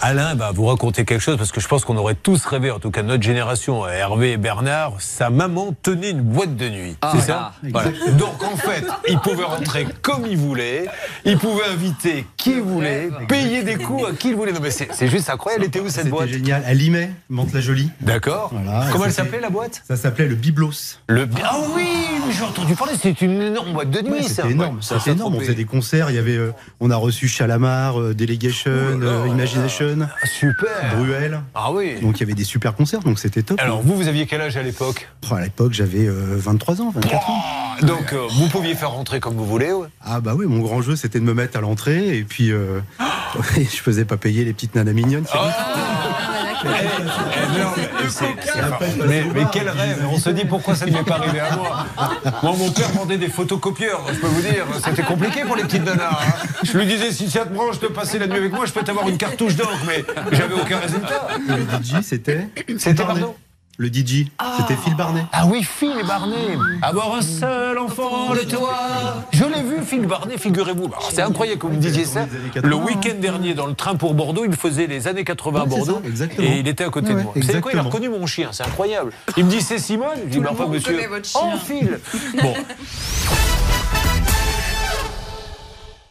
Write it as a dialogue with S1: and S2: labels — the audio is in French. S1: Alain va vous raconter quelque chose parce que je pense qu'on aurait tous rêvé, en tout cas notre génération, euh, Hervé et Bernard, sa maman tenait une boîte de nuit.
S2: Ah,
S1: c'est ça
S2: ah,
S1: Voilà. Donc en fait, il pouvait rentrer comme il voulait, il pouvait inviter qui il voulait, payer des coups à qui il voulait. Non mais c'est c'est juste incroyable. Elle était où cette
S3: C'était
S1: boîte
S3: génial. À Limay, Mantes-la-Jolie.
S1: D'accord.
S3: Voilà,
S1: Comment
S3: et
S1: elle
S3: c'était-
S1: s'appelait la boîte
S3: Ça s'appelait le Biblos.
S1: Le Ah oui, mais j'ai entendu parler, c'est une énorme boîte de nuit
S3: Ouais,
S1: ça.
S3: c'était énorme.
S1: Ouais, ça
S3: C'était
S1: s'est
S3: énorme. On
S1: trompé.
S3: faisait des concerts. Il y avait, euh, on a reçu Chalamar, euh, Delegation, euh, Imagination,
S1: Ah, Super.
S3: Bruel.
S1: Ah oui.
S3: Donc il y avait des super concerts. Donc c'était top.
S1: Alors vous, vous aviez quel âge à l'époque
S3: Oh, à l'époque, j'avais euh, 23 ans, 24 ans.
S1: Donc euh, vous pouviez faire rentrer comme vous voulez. ouais.
S3: Ah bah oui, mon grand jeu, c'était de me mettre à l'entrée et puis euh, je faisais pas payer les petites nanas mignonnes. qui-
S1: Eh, non, mais c'est- c'est- Mais, mais quel rêve On se dit pourquoi ça ne m'est pas arrivé à moi Moi, mon père vendait des photocopieurs, je peux vous dire. C'était compliqué pour les petites nanas. hein. Je lui disais, si ça te branche de passer la nuit avec moi, je peux t'avoir une cartouche d'encre, mais j'avais aucun résultat.
S3: Le DJ, c'était.
S1: Ah C'était,
S3: Barnet.
S1: pardon
S3: Le DJ, c'était Phil Barnet.
S1: Ah oui, Phil Barnet. Avoir un seul enfant, le toit. Je l'ai vu, Phil Barnet, figurez-vous. Alors, C'est incroyable que vous me disiez ça. Le week-end dernier, dans le train pour Bordeaux, il faisait les années 80 à
S3: Ouais, c'est
S1: Bordeaux.
S3: ça, exactement.
S1: et il était à côté
S3: Ouais,
S1: de
S3: ouais,
S1: moi. Vous savez quoi Il a
S3: exactement.
S1: reconnu mon chien, c'est incroyable. Il me dit c'est Simone. Je dis,
S4: Tout
S1: bah,
S4: le
S1: pas
S4: monde
S1: monsieur.
S4: connaît votre
S1: Oh,
S4: chien.
S1: Phil Bon.